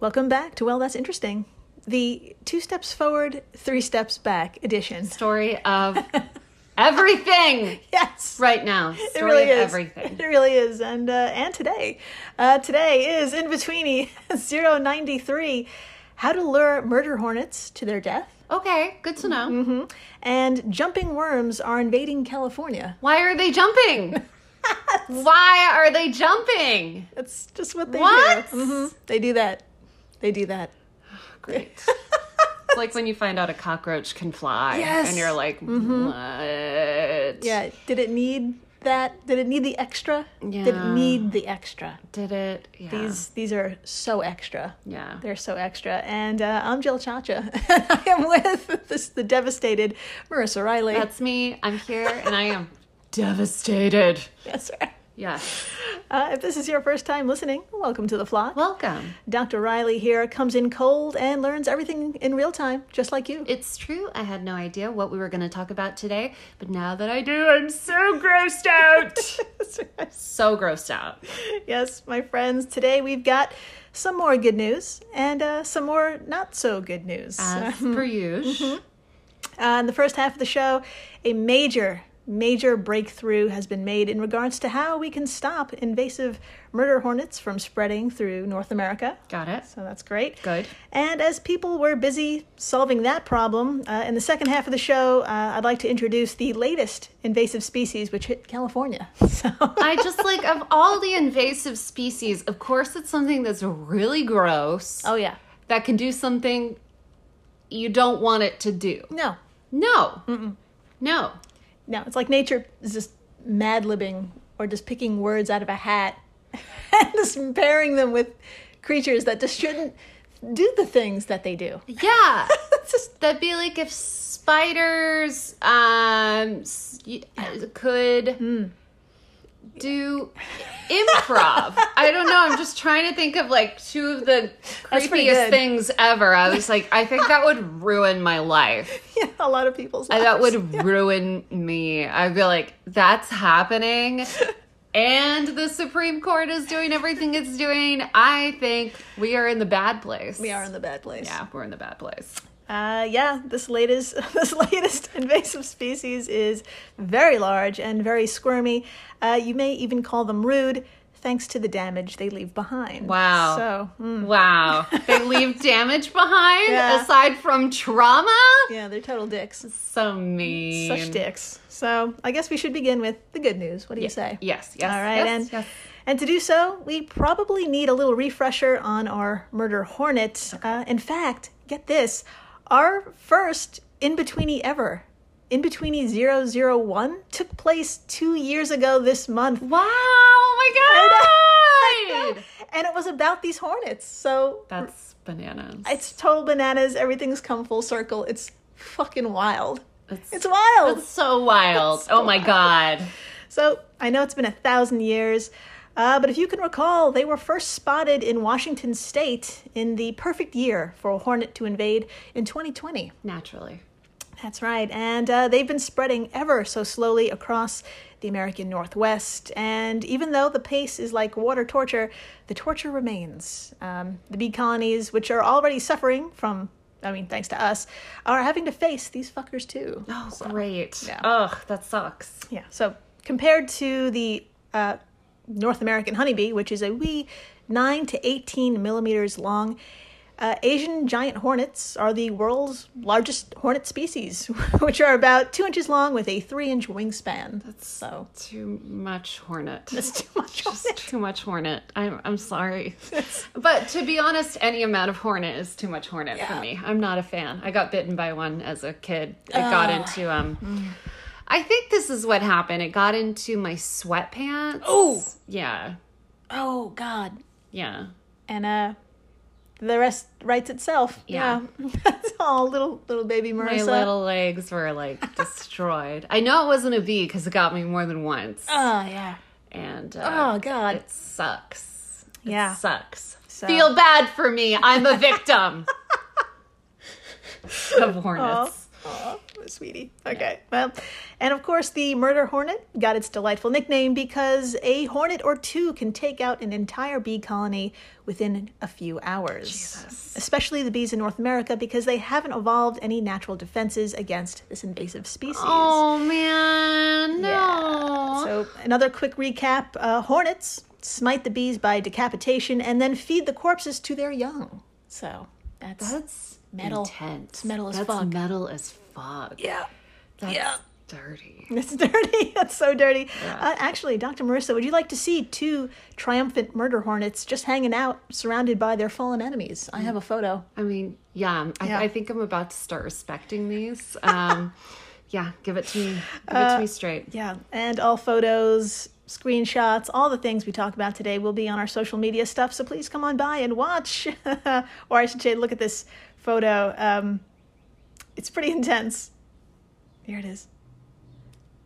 Welcome back to Well, That's Interesting, the two steps forward, three steps back edition. Story of everything Yes. right now. Story It really of is. everything. It really is. And uh, and today, uh, today is in betweeny 093, how to lure murder hornets to their death, Okay, good to know. Mm-hmm. and jumping worms are invading California. Why are they jumping? Why are they jumping? That's just what they What? do. Mhm. They do that. They do that. Great. It's like when you find out a cockroach can fly Yes. Mm-hmm. and you're like, what? Yeah. Did it need that? Did it need the extra? Did it Yeah. need the extra? Did it? Yeah. These these are so extra. yeah. They're so extra. And uh, I'm Jill Chacha. and I am with this, the devastated Marissa Riley. That's me. I'm here and I am devastated. That's right. Yes. Uh, if this is your first time listening, welcome to the flock. Welcome. Dr. Riley here comes in cold and learns everything in real time, just like you. It's true. I had no idea what we were going to talk about today, but now that I do, I'm so grossed out. so grossed out. yes, my friends, today we've got some more good news and uh, some more not so good news. As per usual. Uh, in the first half of the show, a major, major breakthrough has been made in regards to how we can stop invasive murder hornets from spreading through North America. Got it. So that's great. Good. And as people were busy solving that problem, uh, in the second half of the show, uh, I'd like to introduce the latest invasive species which hit California. So, I just like, of all the invasive species, of course, it's something that's really gross oh yeah, that can do something you don't want it to do. no, No. No. no, it's like nature is just mad libbing or just picking words out of a hat and just pairing them with creatures that just shouldn't do the things that they do. Yeah. It's just That'd be like if spiders um s- y- uh, could Hmm. do improv. I don't know. I'm just trying to think of like two of the That's pretty creepiest good. things ever. I was like, I think that would ruin my life. yeah, a lot of people's. I- Lives. That would ruin me. I'd be like, that's happening. And the Supreme Court is doing everything it's doing. I think we are in the bad place. We are in the bad place. Yeah, we're in the bad place. Uh, yeah, this latest this latest invasive species is very large and very squirmy. Uh, you may even call them rude, thanks to the damage they leave behind. Wow. So mm, Wow. They leave damage behind Yeah. aside from trauma? yeah, they're total dicks, So mean. such dicks. So I guess we should begin with the good news. What do you say? Yes, yes. All right, yes, and yes. and to do so, we probably need a little refresher on our murder hornet. Uh, in fact, get this, our first in betweeny ever, in E betweeny 001, took place two years ago this month, Wow, oh my god. and it was about these hornets. So That's bananas. it's total bananas. Everything's come full circle. It's fucking wild. It's- It's wild. That's so wild. oh my god. So I know it's been a thousand years, uh, but if you can recall, they were first spotted in Washington state in the perfect year for a hornet to invade in 2020. Naturally. That's right, and uh, they've been spreading ever so slowly across the American Northwest. And even though the pace is like water torture, the torture remains. Um, the bee colonies, which are already suffering from, I mean, thanks to us, are having to face these fuckers too. Oh, great. yeah. Ugh, that sucks. Yeah. So compared to the uh, North American honeybee, which is a wee nine to eighteen millimeters long, uh, Asian giant hornets are the world's largest hornet species, which are about two inches long with a three-inch wingspan. That's so. Too much hornet. That's too much. Just too much hornet. I'm I'm sorry. but to be honest, any amount of hornet is too much hornet Yeah. for me. I'm not a fan. I got bitten by one as a kid. It got into Mm. um I think this is what happened. It got into my sweatpants. Ooh. Yeah. Oh God. Yeah. And uh, the rest writes itself. Yeah. That's all, little little baby My Marissa. little legs were like destroyed. I know it wasn't a bee because it got me more than once. Oh yeah. And Oh uh, God. it sucks. It Yeah. sucks. So- Feel bad for me. I'm a victim of hornets. Oh, sweetie. Okay. Well, And of course, the murder hornet got its delightful nickname because a hornet or two can take out an entire bee colony within a few hours. Especially the bees in North America because they haven't evolved any natural defenses against this invasive species. Oh man, no. Yeah. So, another quick recap uh, hornets smite the bees by decapitation and then feed the corpses to their young. So, that's, that's Metal. Intense. metal as That's fuck. Metal as fuck. yeah. That's Yeah. dirty. It's dirty. That's so dirty. Uh, actually, Dr. Marissa, would you like to see two triumphant murder hornets just hanging out, surrounded by their fallen enemies? I have a photo. I mean, yeah, I, Yeah. I think I'm about to start respecting these. Um, yeah, give it to me. Give it to Uh, me straight. Yeah, and all photos, screenshots, all the things we talk about today will be on our social media stuff. So please come on by and watch, or I should say, look at this photo. Um, it's pretty intense. Here it is.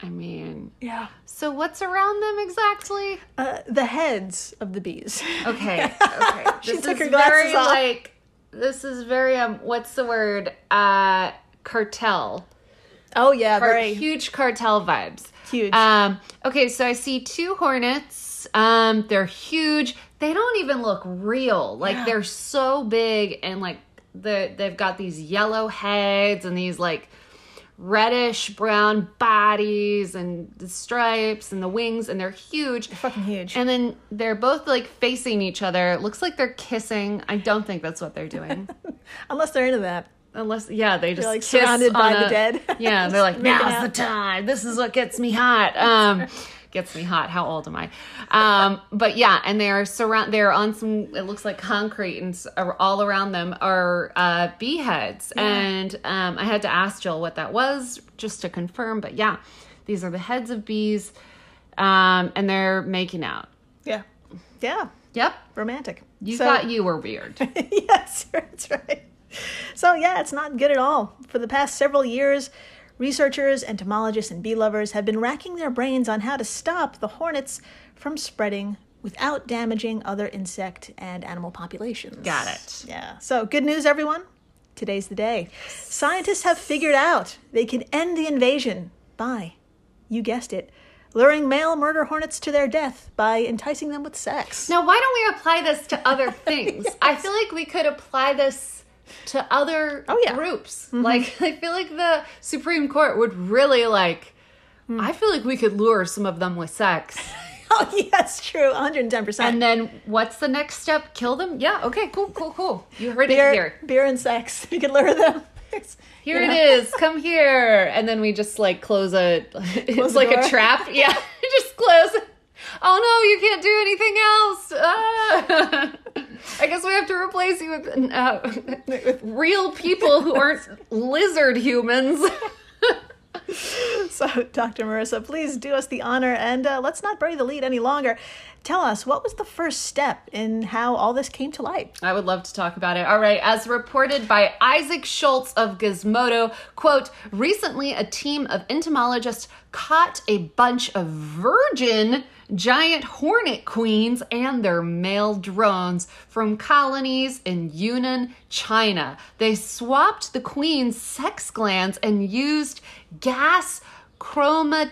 I mean, Yeah. so what's around them exactly? Uh, the heads of the bees. Okay, okay. She this took is her glasses very off. like this is very um. What's the word? Uh, cartel. Oh yeah, Or very huge cartel vibes. Huge. Um, okay, so I see two hornets. Um, they're huge. They don't even look real. Like they're so big and like the they've got these yellow heads and these like reddish brown bodies and the stripes and the wings and they're huge. fucking huge. And then they're both like facing each other. It looks like they're kissing. I don't think that's what they're doing. Unless they're into that. Unless, yeah, they just like, kiss surrounded by on the a- dead. Yeah, they're like, Making now's out. the time. This is what gets me hot. Um, gets me hot. How old am I? Um, but yeah, and they are surround. They're on some. It looks like concrete, and s- ar- all around them are uh, bee heads. And um, I had to ask Jill what that was just to confirm. But yeah, these are the heads of bees, um, and they're making out. Yeah. Yeah. Yep, Romantic. you So- thought you were weird. yes, that's right. So, yeah, it's not good at all. For the past several years, researchers, entomologists, and bee lovers have been racking their brains on how to stop the hornets from spreading without damaging other insect and animal populations. Got it. Yeah. So, good news, everyone. Today's the day. Scientists have figured out they can end the invasion by, you guessed it, luring male murder hornets to their death by enticing them with sex. Now, why don't we apply this to other things? I feel like we could apply this to other Oh, yeah. groups. Like, I feel like the Supreme Court would really like. Hmm. I feel like we could lure some of them with sex, Oh, yes, true. 110%. and then what's the next step? Kill them? Yeah. Okay. Cool. Cool. Cool. You heard beer, it here. beer and sex. You can lure them. Here it is. Come here, and then we just like close a. It's Close the like door. a trap. Yeah. just close. it. Oh no, you can't do anything else. Ah. I guess we have to replace you with uh, real people who aren't lizard humans. So, Dr. Marissa, please do us the honor and uh, let's not bury the lead any longer. Tell us what was the first step in how all this came to light? I would love to talk about it. All right, as reported by Isaac Schultz of Gizmodo, quote, recently a team of entomologists caught a bunch of virgin giant hornet queens and their male drones from colonies in Yunnan, China. They swapped the queen's sex glands and used gas chromatoph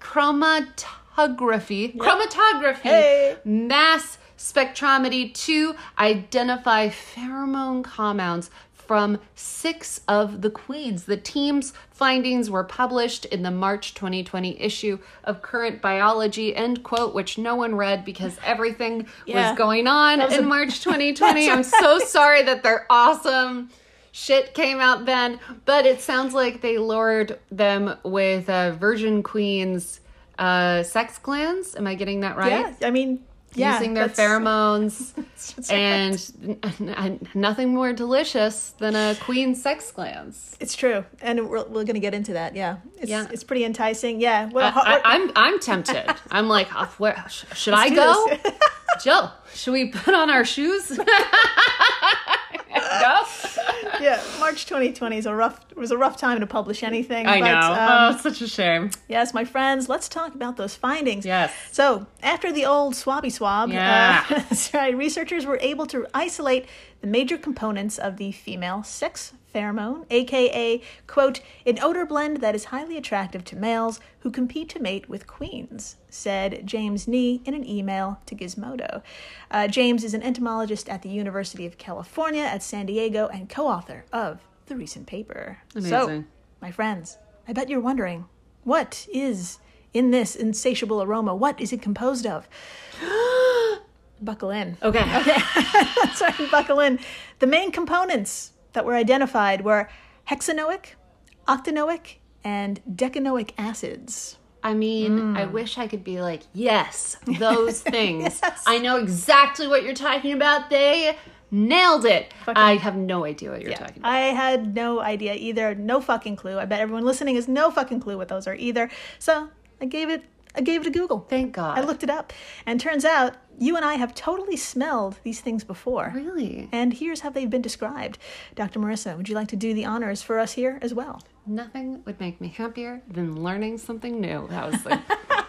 chromatography chromatography Hey. mass spectrometry to identify pheromone compounds from six of the queens. The team's findings were published in the March 2020 issue of Current Biology, end quote, which no one read because everything Yeah. was going on in March 2020. I'm so sorry that they're awesome. Shit came out then, but it sounds like they lured them with uh, Virgin Queen's uh, sex glands. Am I getting that right? Yeah, I mean, yeah, using their that's- pheromones that's right. and n- n- nothing more delicious than a queen's sex glands. It's true, and we're, we're going to get into that. Yeah, it's, Yeah. it's pretty enticing. Yeah, well, ho- I, I, am I'm tempted. I'm like, "Oh, where, sh- should I do go? this. Jill, should we put on our shoes? go. yeah, March 2020 is a rough it was a rough time to publish anything. I but, know. um, oh, such a shame. Yes, my friends, let's talk about those findings. Yes. So, after the old swabby swab, uh, Yeah. that's right, researchers were able to isolate the major components of the female sex pheromone, aka, quote, an odor blend that is highly attractive to males who compete to mate with queens, said James Nee in an email to Gizmodo. Uh, James is an entomologist at the University of California at San Diego and co author of the recent paper. So, Amazing. my friends, I bet you're wondering what is in this insatiable aroma? What is it composed of? Buckle in. Okay. Sorry, buckle in. The main components that were identified were hexanoic, octanoic, and decanoic acids. I mean, I wish I could be like, yes, those things. I know exactly what you're talking about. They nailed it. I have no idea what you're talking about. I had no idea either. No fucking clue. I bet everyone listening has no fucking clue what those are either. So I gave it. I gave it a Google. Thank God. I looked it up, and turns out you and I have totally smelled these things before. really And here's how they've been described. Dr. Marissa, would you like to do the honors for us here as well? nothing would make me happier than learning something new. That was the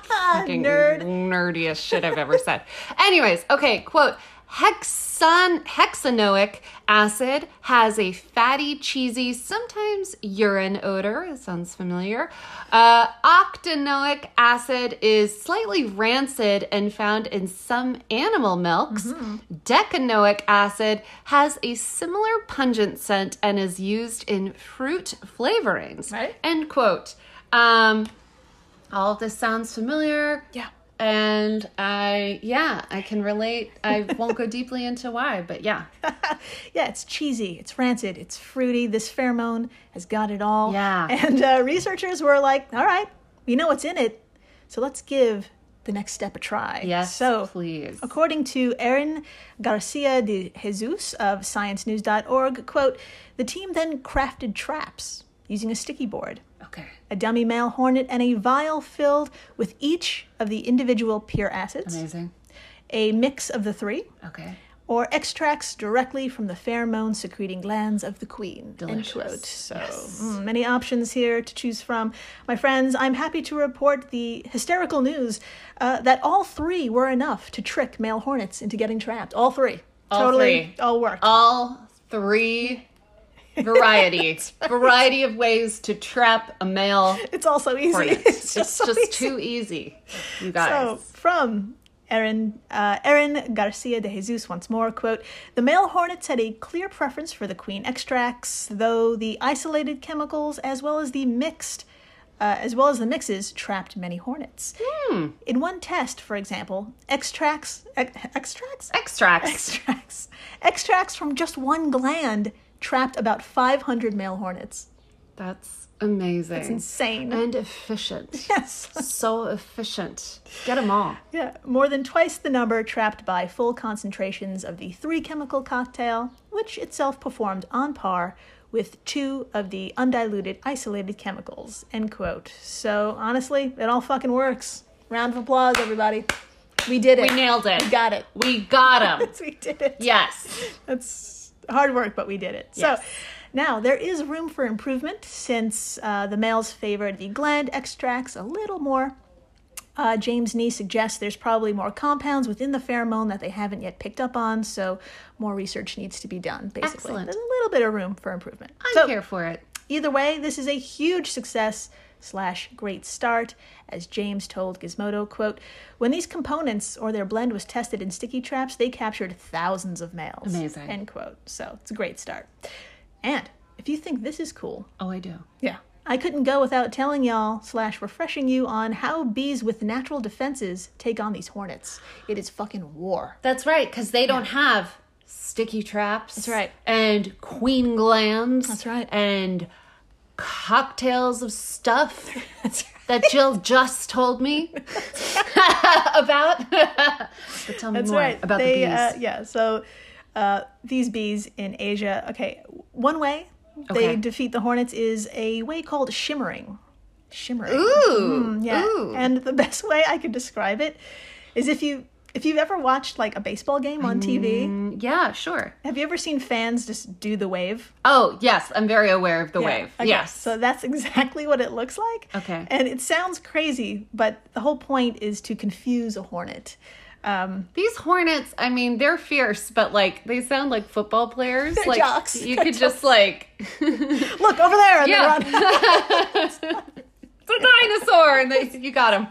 fucking Nerd. nerdiest shit I've ever said. Anyways, okay, quote Hexan hexanoic acid has a fatty, cheesy, sometimes urine odor. It sounds familiar. Uh, octanoic acid is slightly rancid and found in some animal milks. Mm-hmm. Decanoic acid has a similar pungent scent and is used in fruit flavorings. Right. End quote. Um, all of this sounds familiar. Yeah. And I, yeah, I can relate. I won't go deeply into why, but yeah. Yeah, it's cheesy, it's rancid, it's fruity. This pheromone has got it all. Yeah. And uh, researchers were like, all right, we know what's in it, so let's give the next step a try. Yes, So, please. According to Erin Garcia de Jesus of sciencenews.org, quote, the team then crafted traps using a sticky board. Okay. a dummy male hornet, and a vial filled with each of the individual pure acids, Amazing. a mix of the three, Okay. or extracts directly from the pheromone secreting glands of the queen. End Delicious. quote. So, mm, many options here to choose from. My friends, I'm happy to report the hysterical news uh, that all three were enough to trick male hornets into getting trapped. All three. All totally. three. All worked. All three variety, variety of ways to trap a male it's all so easy. hornet. It's just, so easy. too easy, you So guys. from Erin uh, Erin Garcia de Jesus once more quote the male hornets had a clear preference for the queen extracts though the isolated chemicals as well as the mixed uh, as well as the mixes trapped many hornets. In one test, for example, extracts ex- extracts Extracts. extracts extracts from just one gland trapped about 500 male hornets. That's amazing. Insane. and efficient. Yes. So efficient. Get them all. Yeah, more than twice the number trapped by full concentrations of the three chemical cocktail, which itself performed on par with two of the undiluted isolated chemicals. End quote. So honestly, it all fucking works. Round of applause, everybody. We did it. We nailed it. We got it. We got them. We did it. yes. That's hard work, but we did it. Yes. So now there is room for improvement since uh, the males favored the gland extracts a little more. Uh, James Nee suggests there's probably more compounds within the pheromone that they haven't yet picked up on, so more research needs to be done, basically. Excellent. There's a little bit of room for improvement. I'm so, here for it. Either way, this is a huge success slash great start, as James told Gizmodo, quote, when these components or their blend was tested in sticky traps, they captured thousands of males. Amazing. End quote. So it's a great start. And if you think this is cool, Oh, I do. yeah. I couldn't go without telling y'all slash refreshing you on how bees with natural defenses take on these hornets. It is fucking war. That's right, because they don't have sticky traps. That's right. And queen glands. That's right. And cocktails of stuff That's that Jill just told me about. but tell me That's more right. about they, the bees. Uh, yeah. So uh, these bees in Asia. Okay. One way they Okay. defeat the hornets is a way called shimmering. Shimmering. Mm, Ooh. Yeah. Ooh. And the best way I could describe it is if you if you've ever watched like a baseball game on TV, Mm, yeah, sure. have you ever seen fans just do the wave? Oh, yes, I'm very aware of the Yeah, wave. okay, Yes. So that's exactly what it looks like. Okay. And it sounds crazy, but the whole point is to confuse a hornet. Um, These hornets, I mean, they're fierce, but like they sound like football players. like jocks. you They're could just like look over there. And Yeah. they're on. it's a dinosaur and they, you got him.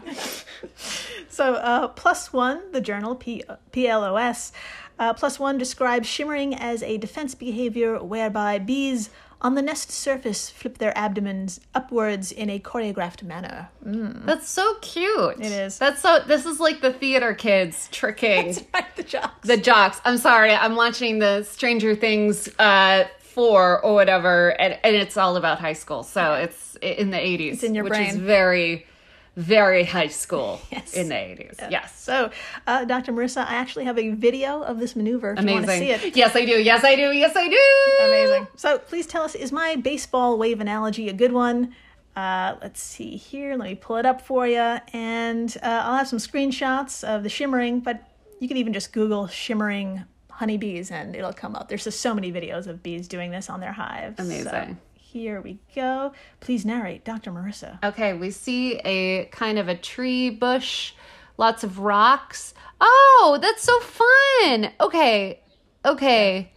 so uh, plus one, the journal P- PLOS, uh, plus one describes shimmering as a defense behavior whereby bees on the nest surface flip their abdomens upwards in a choreographed manner. That's so cute. It is. That's so this is like the theater kids tricking right, the jocks. the jocks. I'm sorry, I'm watching the Stranger Things uh four or whatever and, and it's all about high school. So it's i- in the eighties. in your which is brain. very, very high school Yes. in the eighties. Yes. So, uh, Dr. Marissa, I actually have a video of this maneuver if you want to Amazing. see it. Yes, I do. Yes, I do. Yes, I do. Amazing. So please tell us, is my baseball wave analogy a good one? Uh, let's see here. Let me pull it up for you. And uh, I'll have some screenshots of the shimmering, but you can even just Google shimmering honeybees and it'll come up. There's just so many videos of bees doing this on their hives. So Amazing. here we go. Please narrate, Dr. Marissa. Okay, we see a kind of a tree bush, lots of rocks. Oh, that's so fun. Okay. Okay.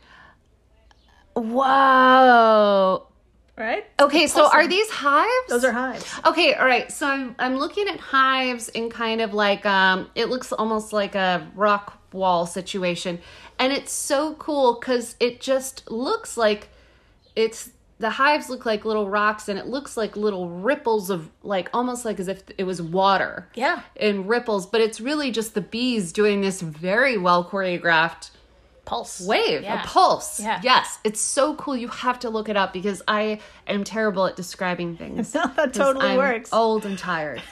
Wow. Right? Okay, so are these hives? Oh, Those are hives. Okay, all right. So I'm I'm looking at hives in kind of like um it looks almost like a rock wall situation. And it's so cool cuz it just looks like it's the hives look like little rocks and it looks like little ripples of like almost like as if it was water. Yeah. And ripples, but it's really just the bees doing this very well choreographed Pulse. wave, Yeah. a pulse. Yeah. Yes, it's so cool. You have to look it up because I am terrible at describing things. No, that 'Cause totally I'm works. Old and tired.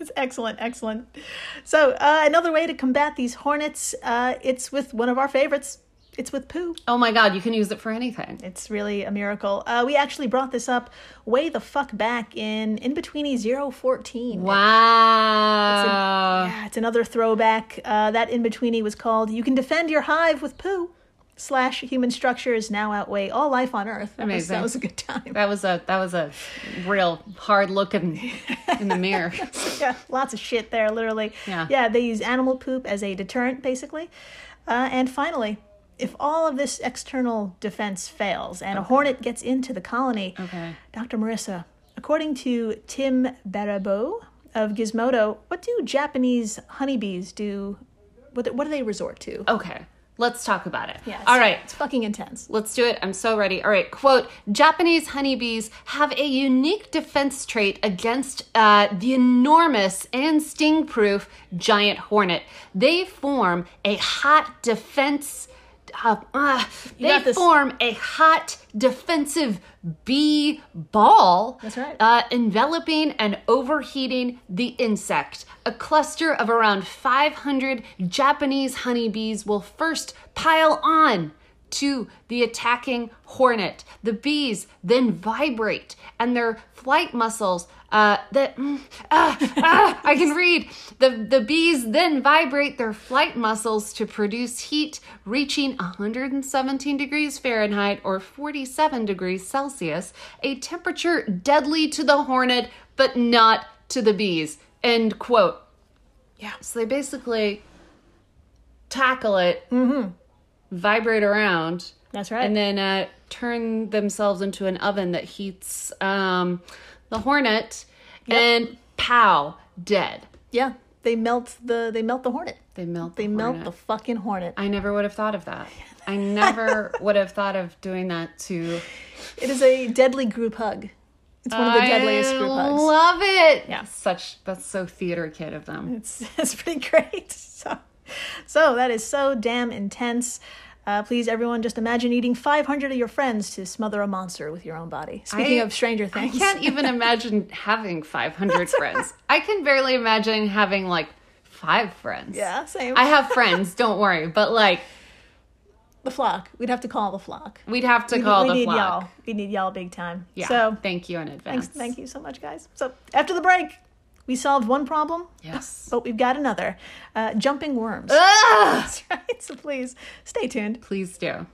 It's excellent, excellent. So uh, another way to combat these hornets, uh, it's with one of our favorites. It's with poo. Oh my god, you can use it for anything. It's really a miracle. Uh, we actually brought this up way the fuck back in in betweeny 014. Wow. Yeah, it's another throwback. Uh, that in betweeny was called "You Can Defend Your Hive with Poo." Slash human structures now outweigh all life on Earth. That was- Amazing. That was a good time. That was a that was a real hard look in, in the mirror. yeah, lots of shit there, literally. Yeah. they use animal poop as a deterrent, basically. Uh, and finally, if all of this external defense fails and a hornet gets into the colony, Okay. Dr. Marissa, according to Tim Barabo of Gizmodo, what do Japanese honeybees do? What, what do they resort to? Okay. Let's talk about it. Yeah, it's- Uh, All right. It's fucking intense. Let's do it. I'm so ready. All right. Quote Japanese honeybees have a unique defense trait against uh, the enormous and sting proof giant hornet. They form a hot defense. Uh, uh, got they this. form a hot defensive bee ball. That's right. Uh, enveloping and overheating the insect. A cluster of around 500 Japanese honeybees will first pile on to the attacking hornet. The bees then vibrate, and their flight muscles. Uh, that mm, ah, ah, I can read. The the bees then vibrate their flight muscles to produce heat reaching 117 degrees Fahrenheit or 47 degrees Celsius, a temperature deadly to the hornet but not to the bees. End quote. Yeah. So they basically tackle it, vibrate around, Mm-hmm. That's right. and then uh, turn themselves into an oven that heats um, the hornet, and pow, dead. yeah, they melt the they melt the hornet. They melt. They the melt hornet. the fucking hornet. I never would have thought of that. I never would have thought of doing that to It is a deadly group hug. It's one of the deadliest I group hugs. Love it. Yeah. Such that's so theater kid of them. It's it's pretty great. So, so that is so damn intense. Uh, please, everyone, just imagine eating 500 of your friends to smother a monster with your own body. Speaking I- of Stranger Things, I can't even imagine having 500 friends. I can barely imagine having like 5 friends. yeah, same. I have friends, don't worry, but like the flock. We'd have to call the flock. we'd have to call we the need flock. y'all. We need y'all big time. Yeah. So thank you in advance. thanks, thank you so much, guys. So after the break, We solved one problem, Yes. but we've got another. Uh, jumping worms. Ugh! That's right. So please stay tuned. Please do.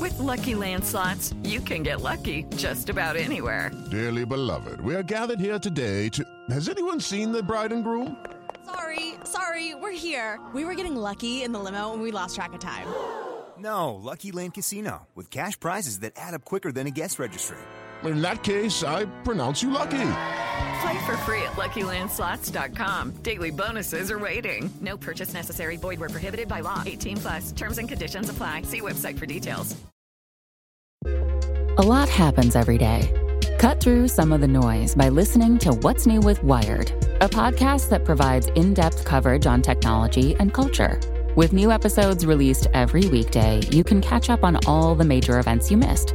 With Lucky Land slots, you can get lucky just about anywhere. Dearly beloved, we are gathered here today to. Has anyone seen the bride and groom? Sorry, sorry, we're here. We were getting lucky in the limo and we lost track of time. No, Lucky Land Casino, with cash prizes that add up quicker than a guest registry. In that case, I pronounce you lucky. Play for free at LuckyLandSlots.com. Daily bonuses are waiting. No purchase necessary. Void where prohibited by law. 18 plus. Terms and conditions apply. See website for details. A lot happens every day. Cut through some of the noise by listening to What's New with Wired, a podcast that provides in depth coverage on technology and culture. With new episodes released every weekday, you can catch up on all the major events you missed.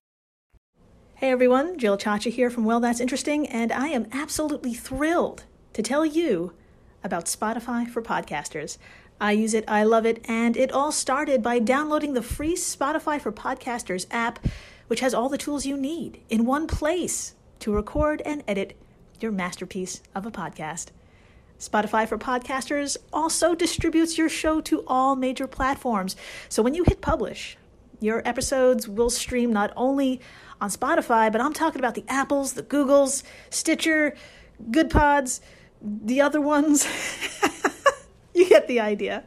Hey everyone, Jill Chacha here from Well That's Interesting, and I am absolutely thrilled to tell you about Spotify for podcasters. I use it, I love it, and it all started by downloading the free Spotify for Podcasters app, which has all the tools you need in one place to record and edit your masterpiece of a podcast. Spotify for Podcasters also distributes your show to all major platforms. So when you hit publish, your episodes will stream not only on Spotify, but I'm talking about the Apples, the Googles, Stitcher, Good Pods, the other ones. you get the idea.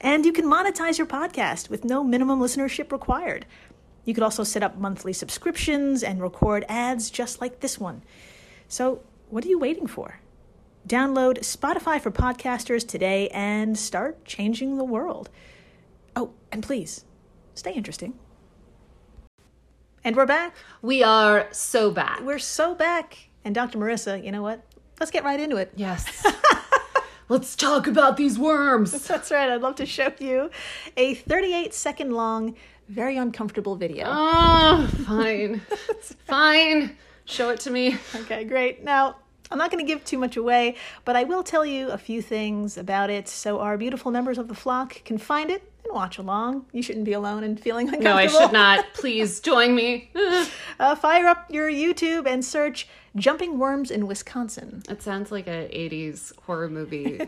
And you can monetize your podcast with no minimum listenership required. You could also set up monthly subscriptions and record ads just like this one. So, what are you waiting for? Download Spotify for podcasters today and start changing the world. Oh, and please, stay interesting. And we're back. We are so back. We're so back. And Dr. Marissa, you know what? Let's get right into it. yes. Let's talk about these worms. That's right. I'd love to show you a 38 second long, very uncomfortable video. Oh, fine. fine. Show it to me. Okay, great. Now, I'm not going to give too much away, but I will tell you a few things about it so our beautiful members of the flock can find it and watch along. You shouldn't be alone and feeling uncomfortable. No, I should not. Please join me. Uh, fire up your YouTube and search Jumping Worms in Wisconsin. It sounds like a 80s horror movie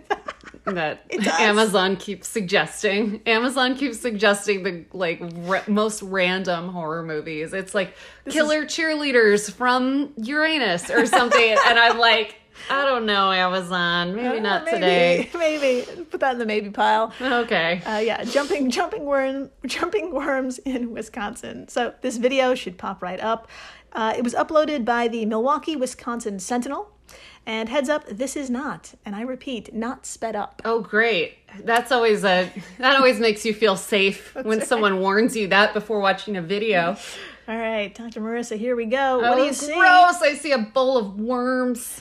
that Amazon keeps suggesting. Amazon keeps suggesting the like ra- most random horror movies. It's like killer cheerleaders from Uranus or something and I'm like, I don't know, Amazon. Maybe not Maybe, today. Maybe. Put that in the maybe pile. Okay. Uh, yeah, jumping, jumping worm, jumping worms in Wisconsin. So this video should pop right up. Uh, it was uploaded by the Milwaukee, Wisconsin Sentinel. And heads up, this is not, and I repeat, not sped up. Oh great. That's always a that always makes you feel safe when someone warns you that before watching a video. All right, Dr. Marissa, here we go. what do oh, you see? Gross. I see a bowl of worms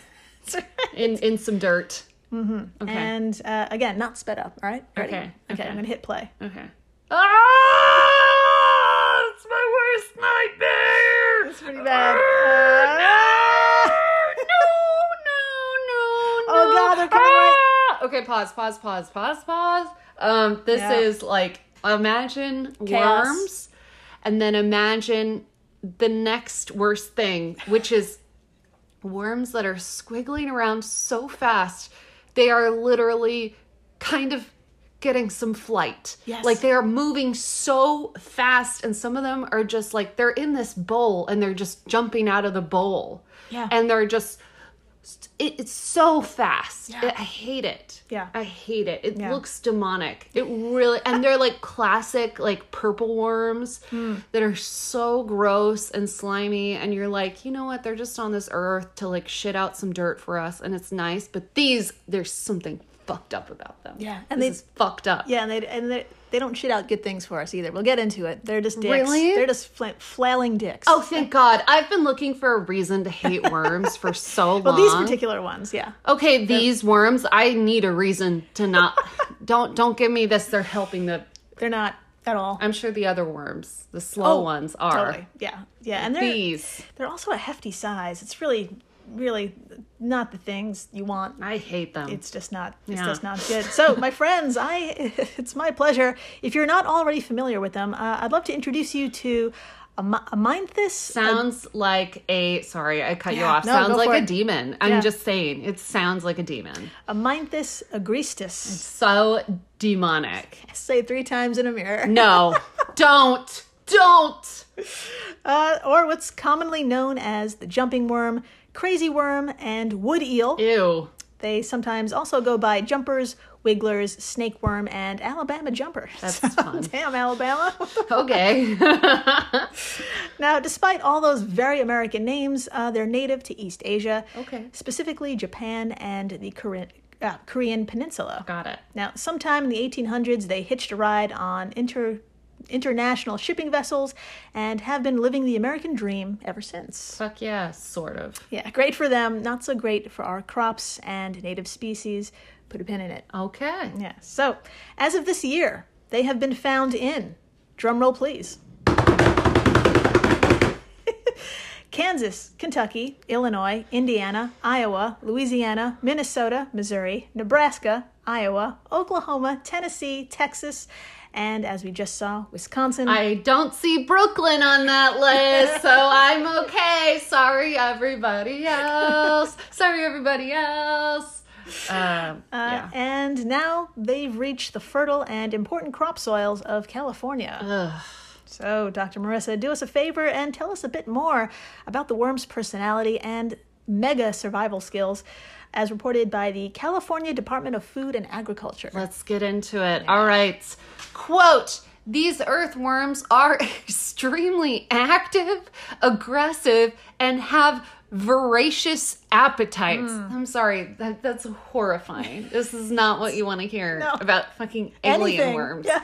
in in some dirt. Mm-hmm. Okay. And uh, again, not sped up. All right, ready? Okay, okay, okay. Oh, I'm gonna hit play. Okay. Ah! It's my worst nightmare. It's pretty bad. Ah! no, no, no, no. Oh, God, they're coming right- Ah! Okay, pause, pause, pause, pause, pause. Um, this Yeah. is like imagine Chaos. worms, and then imagine the next worst thing, which is worms that are squiggling around so fast they are literally kind of getting some flight. Yes. Like they are moving so fast and some of them are just like they're in this bowl and they're just jumping out of the bowl. Yeah. And they're just it, it's so fast. I I hate it. Yeah. I hate it. It Yeah. looks demonic. It really and they're like classic like purple worms Hmm. that are so gross and slimy and you're like, "You know what? They're just on this earth to like shit out some dirt for us and it's nice, but these there's something fucked up about them. Yeah, and and this they- is fucked up. Yeah, and they and they, they don't shit out good things for us either. We'll get into it. They're just dicks. Really? They're just fla- flailing dicks. Oh, thank God! I've been looking for a reason to hate worms for so long. well, these particular ones, yeah. Okay, these worms. I need a reason to not. don't don't give me this. They're helping the. They're not at all. I'm sure the other worms, the Oh, slow ones, are Totally. Yeah, yeah, and they're these. they're also a hefty size. It's really, really not the things you want. I hate them. It's just not. It's Yeah. just not good. So, my friends, I it's my pleasure. If you're not already familiar with them, uh, I'd love to introduce you to a, a mindthis. sounds like a sorry i cut you Yeah, off no, sounds go like for a it. demon i'm Yeah. just saying it sounds like a demon A mindthis agristis. so demonic Say it three times in a mirror. no don't don't uh, or what's commonly known as the jumping worm, crazy worm, and wood eel. ew They sometimes also go by jumpers, wigglers, snake worm, and Alabama jumpers. that's fun Damn, Alabama. okay now, despite all those very American names, uh, they're native to East Asia, Okay. specifically Japan and the Korean, uh, Korean Peninsula. got it Now, sometime in the 1800s, they hitched a ride on inter- international shipping vessels and have been living the American dream ever since. fuck yeah sort of Yeah, great for them, not so great for our crops and native species. Put a pin in it. okay Yeah, so as of this year, they have been found in, drumroll please, Kansas, Kentucky, Illinois, Indiana, Iowa, Louisiana, Minnesota, Missouri, Nebraska, Iowa, Oklahoma, Tennessee, Texas, and as we just saw, Wisconsin. I don't see Brooklyn on that list, so I'm okay. Sorry, everybody else. Sorry, everybody else. Um, yeah. And now they've reached the fertile and important crop soils of California. So, Dr. Marissa, do us a favor and tell us a bit more about the worm's personality and mega survival skills, as reported by the California Department of Food and Agriculture. Let's get into it. All right. Quote These earthworms are extremely active, aggressive, and have voracious appetites. I'm sorry, that, that's horrifying. this is not what you want to hear about fucking alien Anything. worms. Yeah.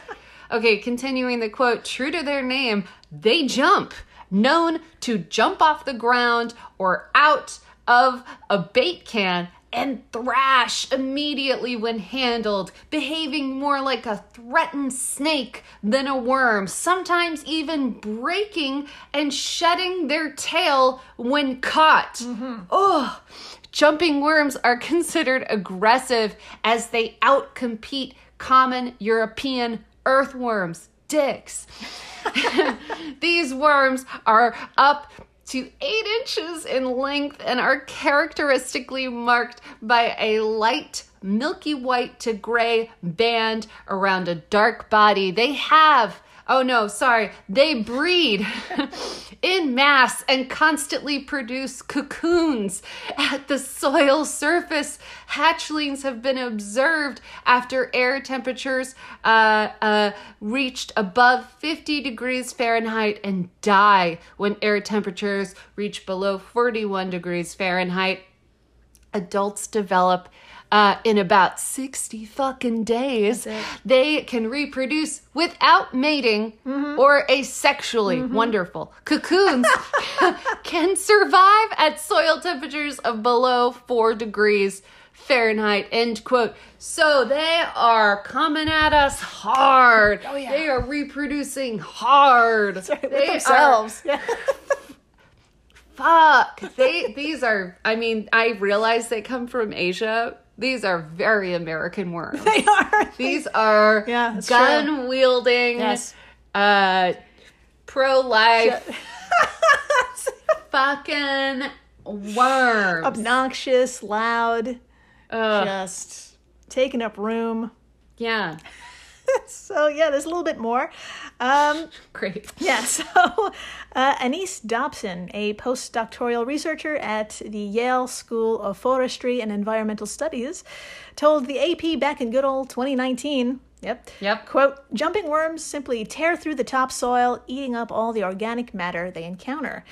Okay, continuing the quote true to their name, they jump, known to jump off the ground or out of a bait can and thrash immediately when handled, behaving more like a threatened snake than a worm, sometimes even breaking and shedding their tail when caught. Ugh. Jumping worms are considered aggressive as they outcompete common European earthworms, dicks. These worms are up to eight inches in length and are characteristically marked by a light milky white to gray band around a dark body. They have Oh no, sorry. They breed in mass and constantly produce cocoons at the soil surface. Hatchlings have been observed after air temperatures uh, uh, reached above 50 degrees Fahrenheit and die when air temperatures reach below 41 degrees Fahrenheit adults develop uh, in about 60 fucking days. They can reproduce without mating or asexually. Wonderful. Cocoons can survive at soil temperatures of below four degrees Fahrenheit. End quote. So they are coming at us hard. Oh, yeah. They are reproducing hard. With They are- themselves. Yeah. fuck they these are i mean i realize they come from asia these are very american worms they are. these are Yeah, that's true. gun wielding Yes. uh pro-life fucking worms Obnoxious, loud, Ugh, just taking up room. yeah So, yeah, there's a little bit more. Um, great Yeah, so uh, Anise Dobson, a postdoctoral researcher at the Yale School of Forestry and Environmental Studies, told the AP back in good old 2019 Yep. Yep. Quote Jumping worms simply tear through the topsoil, eating up all the organic matter they encounter.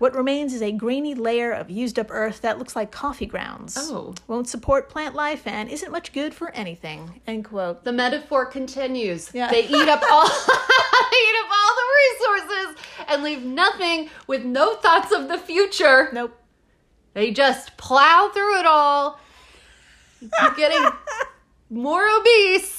What remains is a grainy layer of used up earth that looks like coffee grounds. Oh. Won't support plant life and isn't much good for anything. End quote. The metaphor continues. Yeah. They eat up all they eat up all the resources and leave nothing with no thoughts of the future. Nope. They just plow through it all. Getting more obese.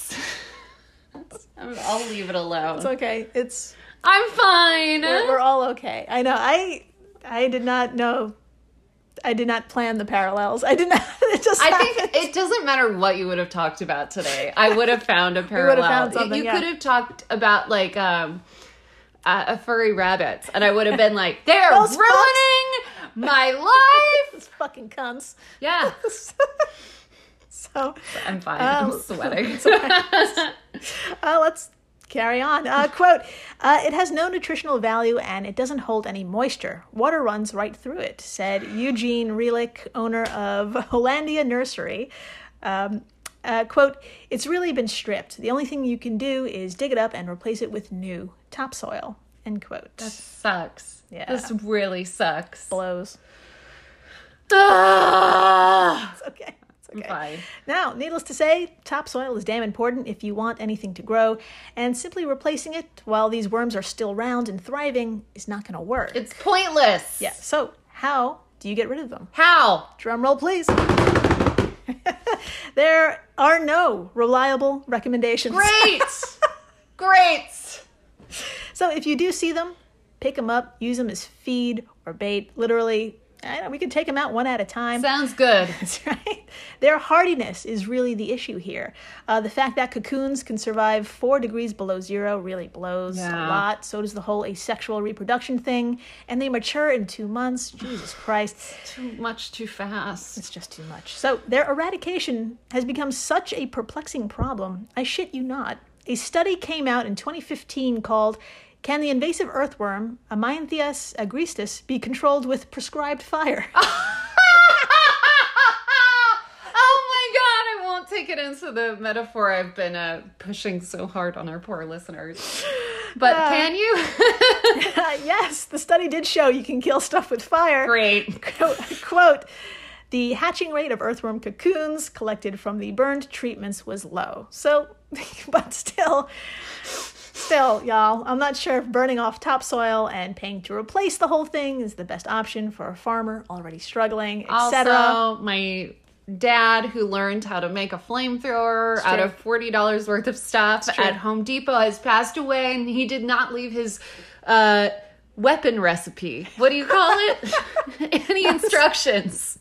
I'm- I'll leave it alone. It's okay. It's I'm fine. we're, we're all okay. I know. I I did not know. I did not plan the parallels. I did not. It just. I think happened. it doesn't matter what you would have talked about today. I would have found a parallel. found something, you yeah. could have talked about like um, uh, a furry rabbits, and I would have been like, "They're Those fucks. ruining my life." It's fucking cunts. Yeah, So I'm fine. Um, I'm sweating. uh, let's carry on. Uh, quote uh, It has no nutritional value and it doesn't hold any moisture. Water runs right through it, said Eugene Relick, owner of Hollandia Nursery. Um, uh, quote It's really been stripped. The only thing you can do is dig it up and replace it with new topsoil. End quote. That's sucks. Yeah. This really sucks. blows. Ah! It's okay. It's okay. Fine. Now, needless to say, topsoil is damn important if you want anything to grow, and simply replacing it while these worms are still round and thriving is not going to work. It's pointless. yeah. So, how do you get rid of them? How? Drum roll, please. there are no reliable recommendations. Great. Great. So, if you do see them, pick them up, use them as feed or bait. Literally, I don't know, we can take them out one at a time. Sounds good. That's right. Their hardiness is really the issue here. Uh, the fact that cocoons can survive four degrees below zero really blows a Yeah. lot. So does the whole asexual reproduction thing. And they mature in two months. Jesus Christ. Too much too fast. It's just too much. So their eradication has become such a perplexing problem. I shit you not. A study came out in 2015 called Can the invasive earthworm, Amantheus agristis, be controlled with prescribed fire? oh my god, I won't take it into the metaphor I've been uh, pushing so hard on our poor listeners. But can you? Uh, yes, the study did show you can kill stuff with fire. Great. Quote The hatching rate of earthworm cocoons collected from the burned treatments was low. So, but still, still, y'all, I'm not sure if burning off topsoil and paying to replace the whole thing is the best option for a farmer already struggling, etc. Also, my dad who learned how to make a flamethrower out true. of $40 worth of stuff at Home Depot has passed away and he did not leave his uh, weapon recipe. What do you call it? Any instructions?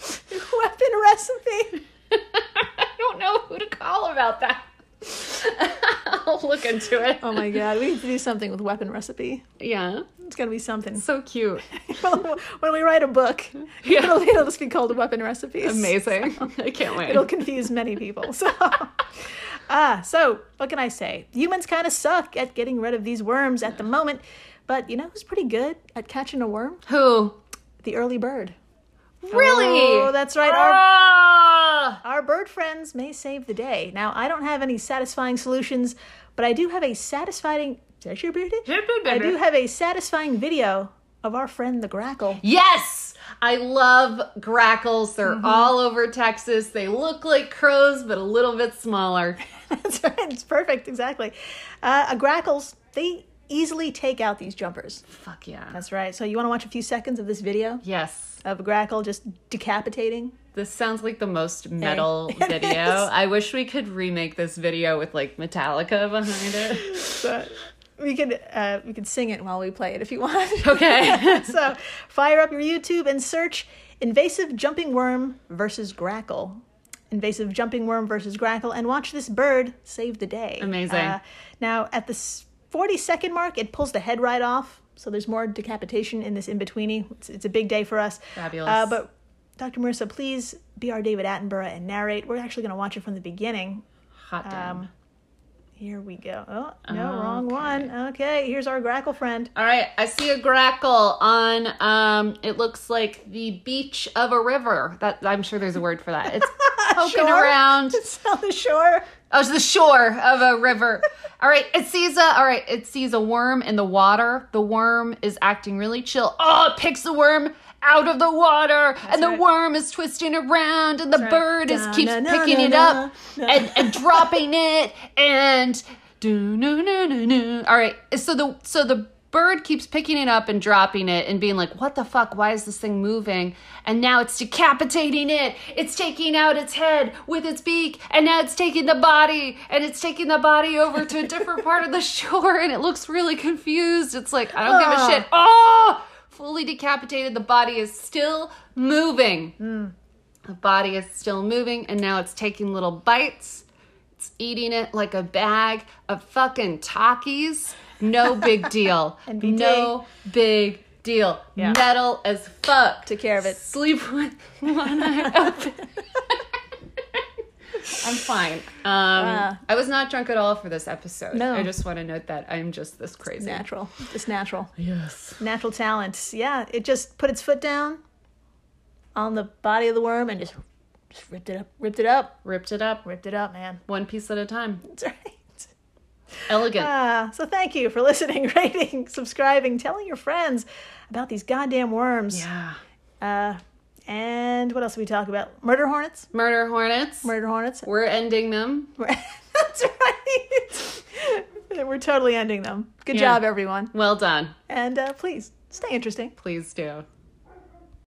Weapon recipe. I don't know who to call about that. I'll look into it. Oh my god, we need to do something with weapon recipe. Yeah. It's gonna be something. So cute. when we write a book, it'll, it'll just be called Weapon Recipes. Amazing. I can't wait. It'll confuse many people. So, ah, so what can I say? Humans kind of suck at getting rid of these worms at the moment, but you know who's pretty good at catching a worm? Who? The early bird. Really? Oh, that's right. Our, Ah! our bird friends may save the day. Now, I don't have any satisfying solutions, but I do have a satisfying. There's your beauty. I do have a satisfying video of our friend the grackle. Yes! I love grackles. They're all over Texas. They look like crows, but a little bit smaller. That's right. It's perfect. Exactly. Uh, a grackles. They easily take out these jumpers. Fuck yeah. That's right. So you want to watch a few seconds of this video yes. of a grackle just decapitating? This sounds like the most metal It video. is. I wish we could remake this video with like Metallica behind it. We could uh, we could sing it while we play it if you want. Okay. so fire up your YouTube and search invasive jumping worm versus grackle. Invasive jumping worm versus grackle, and watch this bird save the day. Uh, Amazing. now, at the s- 40 second mark, it pulls the head right off. So there's more decapitation in this in betweeny. It's, it's a big day for us. Fabulous. Uh, but Dr. Marissa, please be our David Attenborough and narrate. We're actually going to watch it from the beginning. Hot damn. Here we go. Oh, no, wrong one. Okay, here's our grackle friend. All right, I see a grackle on um it looks like the beach of a river. That I'm sure there's a word for that. It's poking Sure. around. It's on the shore. Oh, it's the shore of a river. All right, it sees a all right, it sees a worm in the water. The worm is acting really chill. Oh, it picks the worm out of the water, and the worm is twisting around, and the bird is keeps na, na, picking na, it na, up and, and dropping it, and do no no no no. All right, so the so the bird keeps picking it up and dropping it and being like, "What the fuck? Why is this thing moving?" And now it's decapitating it. It's taking out its head with its beak, and now it's taking the body, and it's taking the body over to a different part of the shore, and it looks really confused. It's like, I don't give a shit. Oh, fully decapitated. The body is still moving. The body is still moving, and now it's taking little bites. It's eating it like a bag of fucking Takis. No big deal. NBD. No big deal. Yeah. Metal as fuck. Took care of it. Sleep with one eye open. I'm fine. Um, I was not drunk at all for this episode. Uh. No. I just want to note that I'm just this crazy. Natural. Just natural. Yes. Natural talent. Yeah, it just put its foot down on the body of the worm and just just ripped it up. Ripped it up. Ripped it up Ripped it up, man. one piece at a time. That's right. Elegant. Ah, so thank you for listening, rating, subscribing, telling your friends about these goddamn worms. yeah. Uh, and what else did we talk about? Murder hornets. Murder hornets. Murder hornets. We're ending them. That's right. We're totally ending them. Good Yeah. job, everyone. Well done. And uh, please stay interesting. Please do.